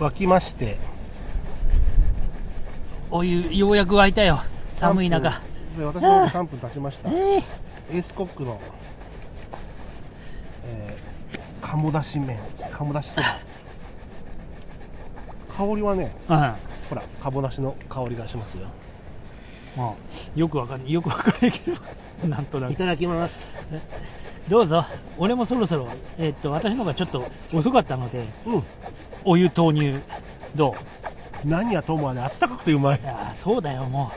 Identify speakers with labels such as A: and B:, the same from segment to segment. A: 沸きまして
B: お湯ようやく沸いたよ寒い中
A: で私も3分経ちましたエ
B: ええ
A: ースコックの、えー、鴨だし麺鴨だしそば香りはねほら鴨だしの香りがしますよ
B: うんもうよくわかんないよくわかんないけど なんとないく
A: ただきます
B: どうぞ俺もそろそろえーっと私の方がちょっと遅かったので
A: うん
B: お湯投入どう
A: 何やともあれあったかくてうまい
B: いやーそうだよも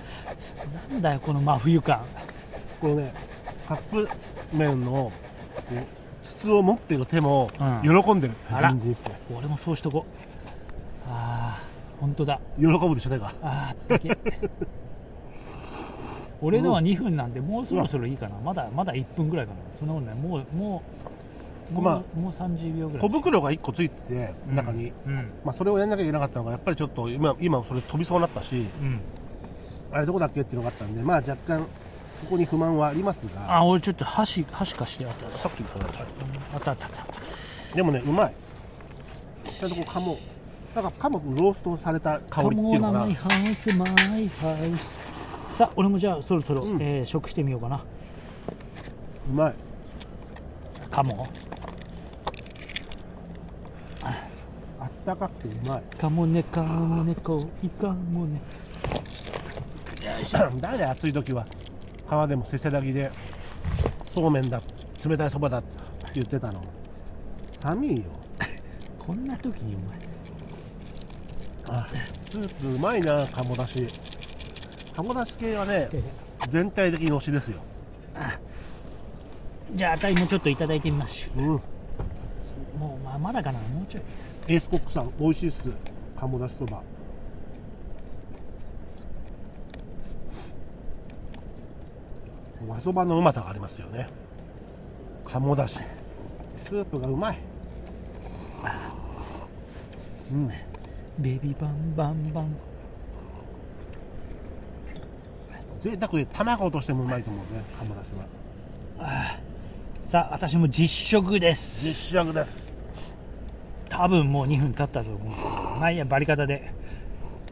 B: うなんだよこの真冬感
A: このねカップ麺のね筒を持ってる手も
B: うん
A: 喜んでる、
B: あら
A: 隣人来て
B: 俺もそうしとこうああ本当だ
A: 喜ぶでしょ手が
B: あーあったけ 俺のは2分なんでもうそろそろいいかなまだまだ1分ぐらいかなそんなことないもうもうもう,、
A: ま
B: もう30秒ぐら
A: 小
B: い
A: 袋が1個ついてて
B: うん
A: 中に、
B: うん
A: まあ、それをやんなきゃいけなかったのがやっぱりちょっと今今それ飛びそうになったし
B: うん
A: あれどこだっけっていうのがあったんでまあ若干そこに不満はありますが
B: あ俺ちょっと箸箸貸してあった
A: さっきの話
B: あったあったあった
A: でもねうまいちゃんとこう鴨なんか鴨のローストされた香りっていうの
B: カモ
A: か
B: ナマイ
A: な
B: ハウスマイハウスさあ俺もじゃあそろそろ、
A: うん
B: えー食してみようかな
A: うまい
B: カモ
A: あったかくてうまい
B: カモネカモネコイカモネ
A: だね暑い時は川でもせせらぎでそうめんだ冷たいそばだって言ってたの寒いよ
B: こんな時にお前
A: あスープうまいな鴨だし鴨だし系はね全体的に推しですよ
B: じゃああたいもちょっといただいてみましょ
A: うん
B: うもうまあまだかなもうちょい
A: エースコックさん美味しいっす鴨だしそば和そばのうまさがありますよね鴨だしスープがうまいうん
B: ベビーバンバンバン
A: 贅沢で卵としてもうまいと思うね鴨だしは
B: さあ私も実食です
A: 実食です
B: 多分もう2分経ったと思うんですけどまあいいやバリカタで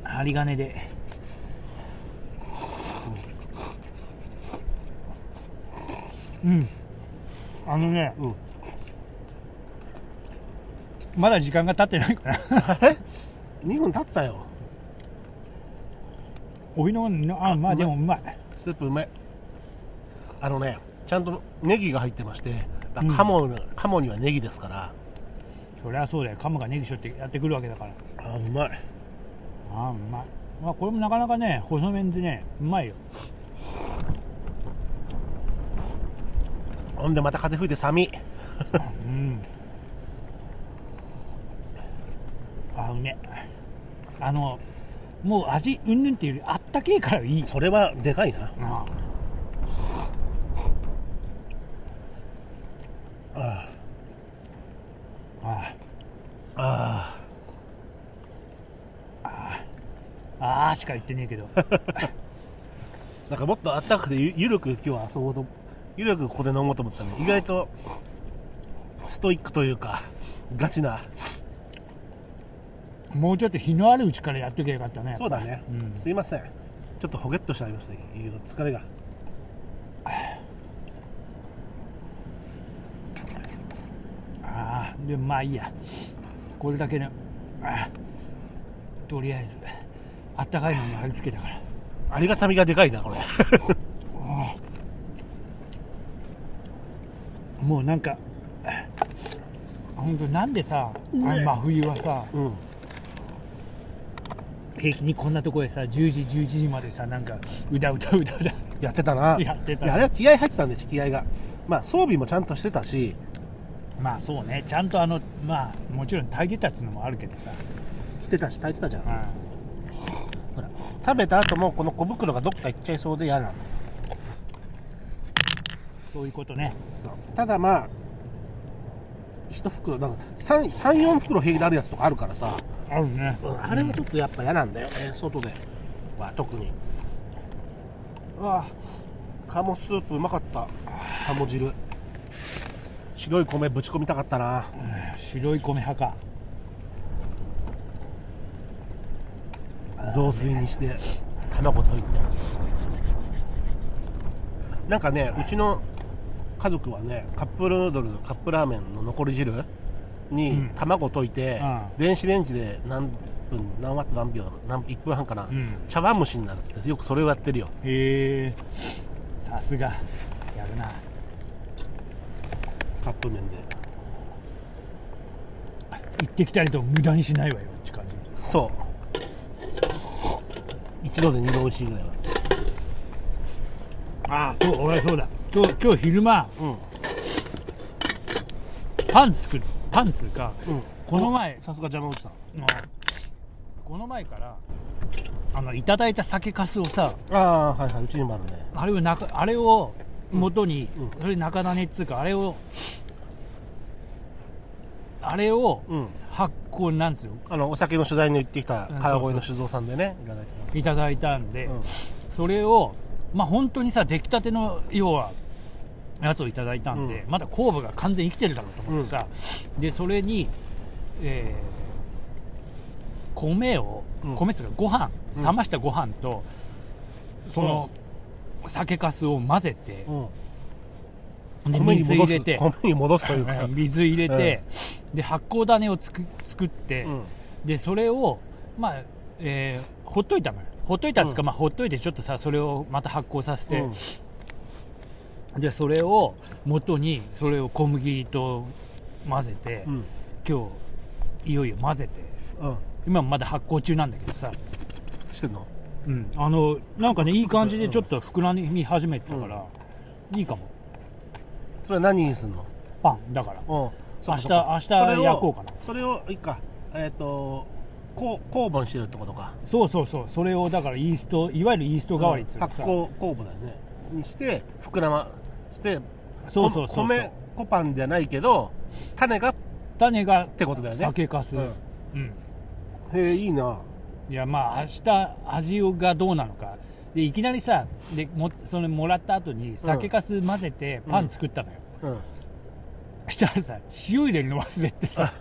B: 針金でうんあのね、
A: うん
B: まだ時間が経ってないから
A: あれ2分経ったよ
B: お湯のあまあでもうまい
A: スープうまいあのねちゃんとネギが入ってまして
B: うん
A: 鴨,、鴨にはネギですから
B: そりゃそうだよカモがネギしょってやってくるわけだから
A: あうまい
B: ああうまい、まあ、これもなかなかね細麺でねうまいよ
A: ほんでまた風吹いて寒い
B: うんあうめあのもう味うんぬんっていうよりあったけえからいい
A: それはでかいな
B: あ
A: あ
B: あ
A: ああ
B: ああしか言ってねえけど
A: あなんかもっとあったかくてゆゆるく今日は遊ぼうとゆるくここで飲もうと思ったのに意外とストイックというかガチな
B: もうちょっと日のあるうちからやっときゃよかったね
A: そうだね、
B: うん
A: すいませんちょっとほげっとしてありました夕方疲れが
B: ああでもまあいいやこれだけねああとりあえずあったかいのに貼り付けたから
A: ありがたみがでかいなこれ
B: もうなんか本当なんでさあの真冬はさ
A: うん
B: 平気にこんなとこでさ10時11時までさなんかうだうだうだうだ
A: やってたな
B: やってた
A: いあれは気合入ってたんです気合がまあ装備もちゃんとしてたし
B: まあそうねちゃんとあのまあもちろん炊いてたっつうのもあるけどさ、
A: 着てたし炊いてたじゃん
B: う
A: ほら食べた後もこの小袋がどっか行っちゃいそうで嫌なの
B: ん、そういうことね
A: そうただまあ一袋なんか34袋平気であるやつとかあるからさ、
B: あるね
A: あれもちょっとやっぱ嫌なんだよね外では特にうわ鴨スープうまかった鴨汁白い米ぶち込みたかったな
B: 白い米派か
A: 雑炊にして卵溶いてなんかねうちの家族はねカップヌードルカップラーメンの残り汁
B: う
A: に
B: ん
A: 卵溶いて、電子レンジで何分何ワット何秒何1分半かな、
B: うん
A: 茶碗蒸しになるっつってよくそれをやってるよ
B: へえさすがやるな
A: カップ麺で
B: 行ってきたりと無駄にしないわよって感じ
A: そう一度で二度美味しいぐらいは
B: ああそう俺そうだ今日今日昼間
A: うん
B: パン作るパンつうか
A: うん
B: この前
A: さすが邪魔おじさん
B: あのこの前からあのいただいた酒かすをさ
A: ああーはいはいうちにもあるね
B: あれをなかあれを元に、
A: うん
B: それ中種っつうかあれをあれを
A: うん
B: 発酵なんですよ
A: あのお酒の取材に行ってきた
B: うん
A: 川越の酒造さんでねいただいて
B: いただいたんで、
A: うん
B: それをまあ本当にさ出来たての要はやつをいただいたんで、まだ酵母が完全に生きてるだろうと思ってさ、でそれに、えー米を、
A: うん
B: 米っつうかご飯
A: うん
B: 冷ましたご飯と、その酒かすを混ぜて、
A: 米
B: で
A: に
B: 水入
A: 戻
B: れ
A: す
B: て
A: 米に戻すというか、
B: うん水入れて、で発酵種をつく作って、
A: うん
B: でそれを、まあえーほっといたのよほっといたっつう
A: う
B: か、
A: ん
B: まあ、ほっといてちょっとさそれをまた発酵させて、
A: うん
B: でそれを元にそれを小麦と混ぜて、
A: うん
B: 今日いよいよ混ぜて
A: うん
B: 今もまだ発酵中なんだけどさ、
A: してんの
B: うん、あのなんかねいい感じでちょっと膨らみ始めてたから、いいかも
A: それは何にすんの
B: パンだから
A: うんそ
B: 明
A: っか
B: 日
A: そっか
B: 明日
A: それを
B: 焼こうかな
A: それをいいかえっ、とこう酵母にしてるってことか
B: そうそうそうそれをだからイーストいわゆるイースト代わりっつうか
A: 発
B: さ
A: 酵酵母だよねにして膨らまして
B: そうそうそうそう
A: 米粉パンじゃないけど種が
B: 種が
A: ってことだよね
B: 酒かす、
A: う
B: うんん
A: へえいいない
B: やまあ明日味がどうなのかでいきなりさでもそれもらった後に酒かす混ぜてパン作ったのよ、
A: うん
B: したらさ塩入れるの忘れてさ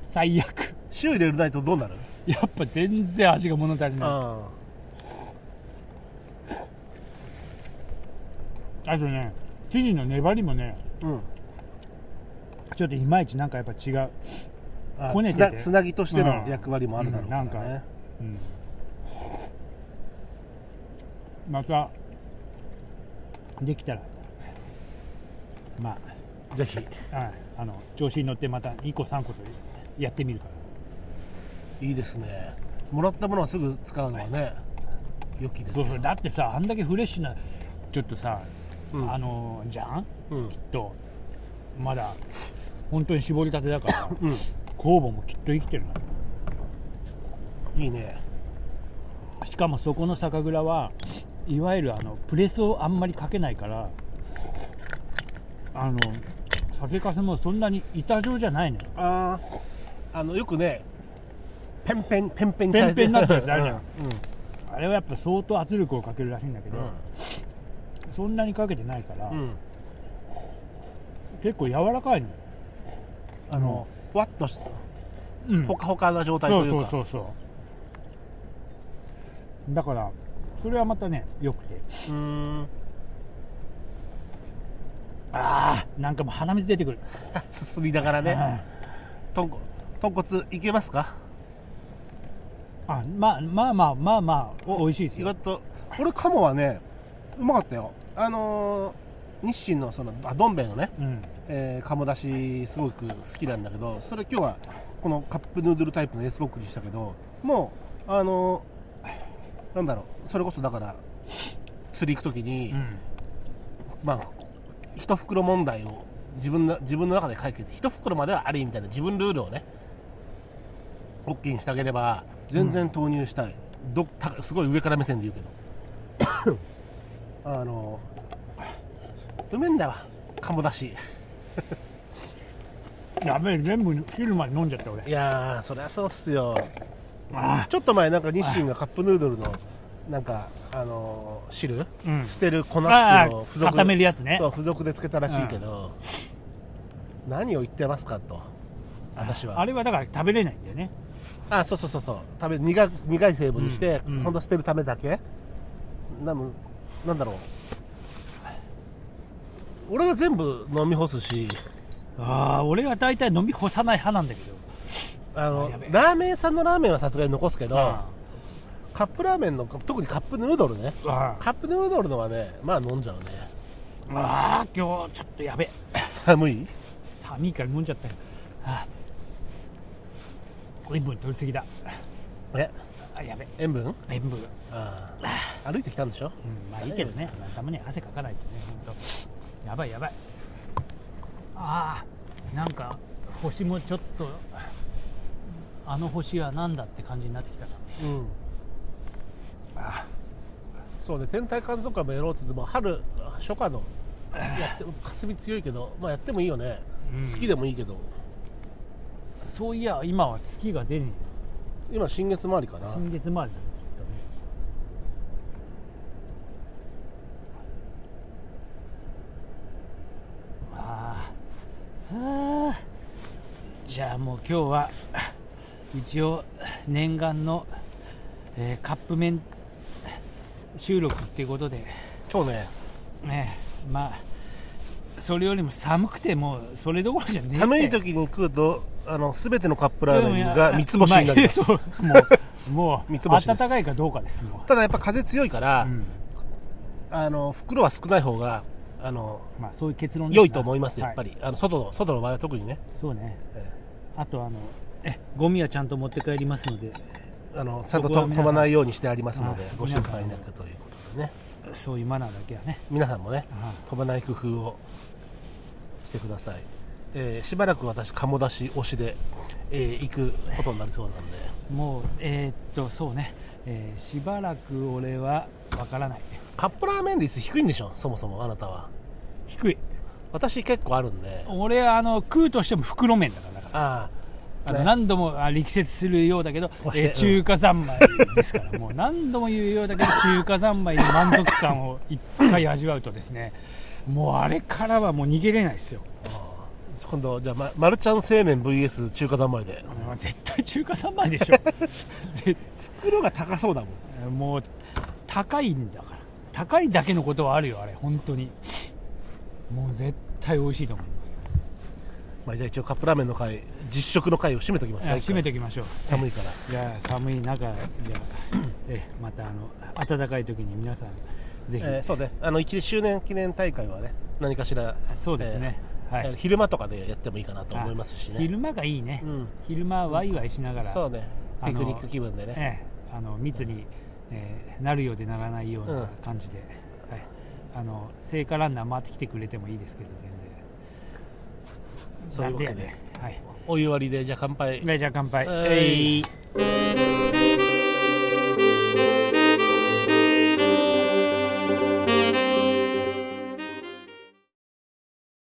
B: 最悪
A: 塩入れないとどうなる
B: やっぱ全然味が物足りな
A: あ
B: いあとね生地の粘りもね
A: あうん
B: ちょっといまいちなんかやっぱ違う、
A: あ
B: こね
A: つ
B: て
A: な
B: て
A: つなぎとしての役割もあるだろうからね、
B: うんうんなんうん、またできたらまあ
A: ぜひ
B: はい、あの調子に乗ってまた2個3個とやってみるか
A: いいですねもらったものはすぐ使うのはね良きです
B: ら、
A: よ
B: だってさあんだけフレッシュなちょっとさ、
A: うん
B: あのじゃん
A: うん
B: とまだ本当に絞りたてだから
A: うん
B: 酵母もきっと生きてる
A: いいね
B: なしかもそこの酒蔵はいわゆるあのプレスをあんまりかけないからあの酒粕もそんなに板状じゃないのよ
A: あああのよくねペンペンペンペンにされ
B: ペンペンになってるやつあ
A: う
B: る
A: ん
B: じゃんあれはやっぱ相当圧力をかけるらしいんだけど、そんなにかけてないから、
A: うんうん
B: 結構柔らかいのよ
A: あのふわっとし
B: うん
A: ほかほかな状態と
B: そう
A: い
B: そうう
A: か
B: そうそうだからそれはまたねよくて
A: うーん
B: ああなんかもう鼻水出てくる
A: あすすりながらね
B: あ
A: 豚骨豚骨いけますか
B: ーあまあまあまあまあまあ
A: お
B: 美味しいです
A: 意外
B: よ
A: と俺鴨はねうまかったよあのー日清のそのあどん兵衛のね、
B: うん
A: えー鴨だしすごく好きなんだけどそれ今日はこのカップヌードルタイプのエースボックにしたけどもうあのーなんだろうそれこそだから釣り行く時に、
B: うん
A: まあ一袋問題を自分の自分の中で解決一袋まではありみたいな自分ルールをね OK にしてあげれば全然投入したい、どたすごい上から目線で言う けどあのうめえんだわ鴨だし
B: やべえ全部汁まで飲んじゃった俺
A: いやーそりゃそうっすよ
B: あ
A: ちょっと前なんか日清がカップヌードルのなんかあのー汁
B: ーうん
A: 捨てる粉って
B: あ
A: いうのを付
B: ー
A: 属
B: 固めるやつね
A: そう付属でつけたらしいけど、何を言ってますかと私は
B: あれはだから食べれないんだよね
A: あそうそうそうそう食べ苦苦い成分にして、
B: うんうん
A: ほんと捨てるためだけなのなんだろう俺は全部飲み干すし
B: ああ俺は大体飲み干さない派なんだけど
A: あの
B: あやべえ
A: ラーメン屋さんのラーメンはさすがに残すけど、
B: あ
A: カップラーメンの特にカップヌードルね
B: ーあー
A: カップヌードルのはねまあ飲んじゃうね
B: あー今日ちょっとやべえ
A: 寒い
B: 寒いから飲んじゃったよあー塩分取りすぎだ
A: え
B: あやべ
A: 塩分
B: え塩分、うん、
A: ああ歩いてきたんでしょ
B: まあいいけどねたまには汗かかないとね本当やばいやばいああなんか星もちょっとあの星は何だって感じになってきたな
A: うんそうね天体観測会もやろうって言っても春初夏のや って霞強いけど、まあ、やってもいいよね、
B: うん
A: 月でもいいけど
B: そういや今は月が出ね
A: 今新月周りか
B: え
A: な、
B: 新月回りだねあーはあじゃあもう今日は一応念願の、えーカップ麺収録っていうことで
A: 今日ね
B: ねまあそれよりも寒くてもうそれどころじゃねえぜ
A: 寒い時に食うとあの全てのカップラーメン
B: で
A: が
B: も
A: 三つ星になりま
B: う
A: す
B: まいそうもうもう
A: 三つ星です
B: 暖かいかどうかですも
A: ただやっぱ風強いから、
B: う、うん
A: あの袋は少ない方があの
B: まあ、そういう結論ですな
A: 良いと思いますやっぱり、あの外の外の場合は特にね
B: はいそうね
A: え
B: あとあのえゴミはちゃんと持って帰りますので
A: あのちゃんと
B: そこは
A: と
B: 皆
A: 飛
B: さん
A: ばないようにしてありますので
B: はい
A: ご心配になるということでね
B: そういうマナーだけはね
A: 皆さんもね
B: は
A: 飛ばない工夫をしてください、えーしばらく私鴨出し推しで、えー行くことになりそうなんで
B: いもうえーっとそうね、えーしばらく俺はわからない
A: カップラーメン率低いんでしょそもそもあなたは
B: 低い
A: 私結構あるんで
B: 俺あの食うとしても袋麺だからだから
A: あ
B: あの
A: ね
B: 何度もあ力説するようだけど、
A: 押して
B: えー
A: うん
B: 中華三昧ですからもう何度も言うようだけど中華三昧の満足感を一回味わうとですねもうあれからはもう逃げれないですよ
A: あ今度じゃあ、ま、マルちゃん製麺 VS 中華三昧で
B: もう絶対中華三昧でしょ 絶
A: 袋が高そうだもん
B: もう高いんだから高いだけのことはあるよあれ本当にもう絶対美味しいと思います
A: まあ、じゃあ一応カップラーメンの会実食の会を締めときます
B: い
A: か
B: や
A: 一回
B: 締めておきましょう
A: 寒いから
B: じゃあ寒い中じゃあええまたあの暖かい時に皆さんぜひ、
A: えーそうね、あの1周年記念大会はね、何かしら、
B: そうですね、は
A: えー
B: い、
A: 昼間とかでやってもいいかなと思いますしね、
B: 昼間がいいね、
A: うん、
B: 昼間ワイワイしながら、
A: そうね、
B: あ
A: ピ
B: の
A: クニック気分でね、
B: ええあの密に、ええなるようでならないよう
A: うん
B: な感じで、はい、あの聖火ランナー回ってきてくれてもいいですけど全然
A: そういうわけで
B: なんてやねはい
A: お湯割りで、じゃあ乾杯。
B: じゃあ乾杯
A: はい
B: えい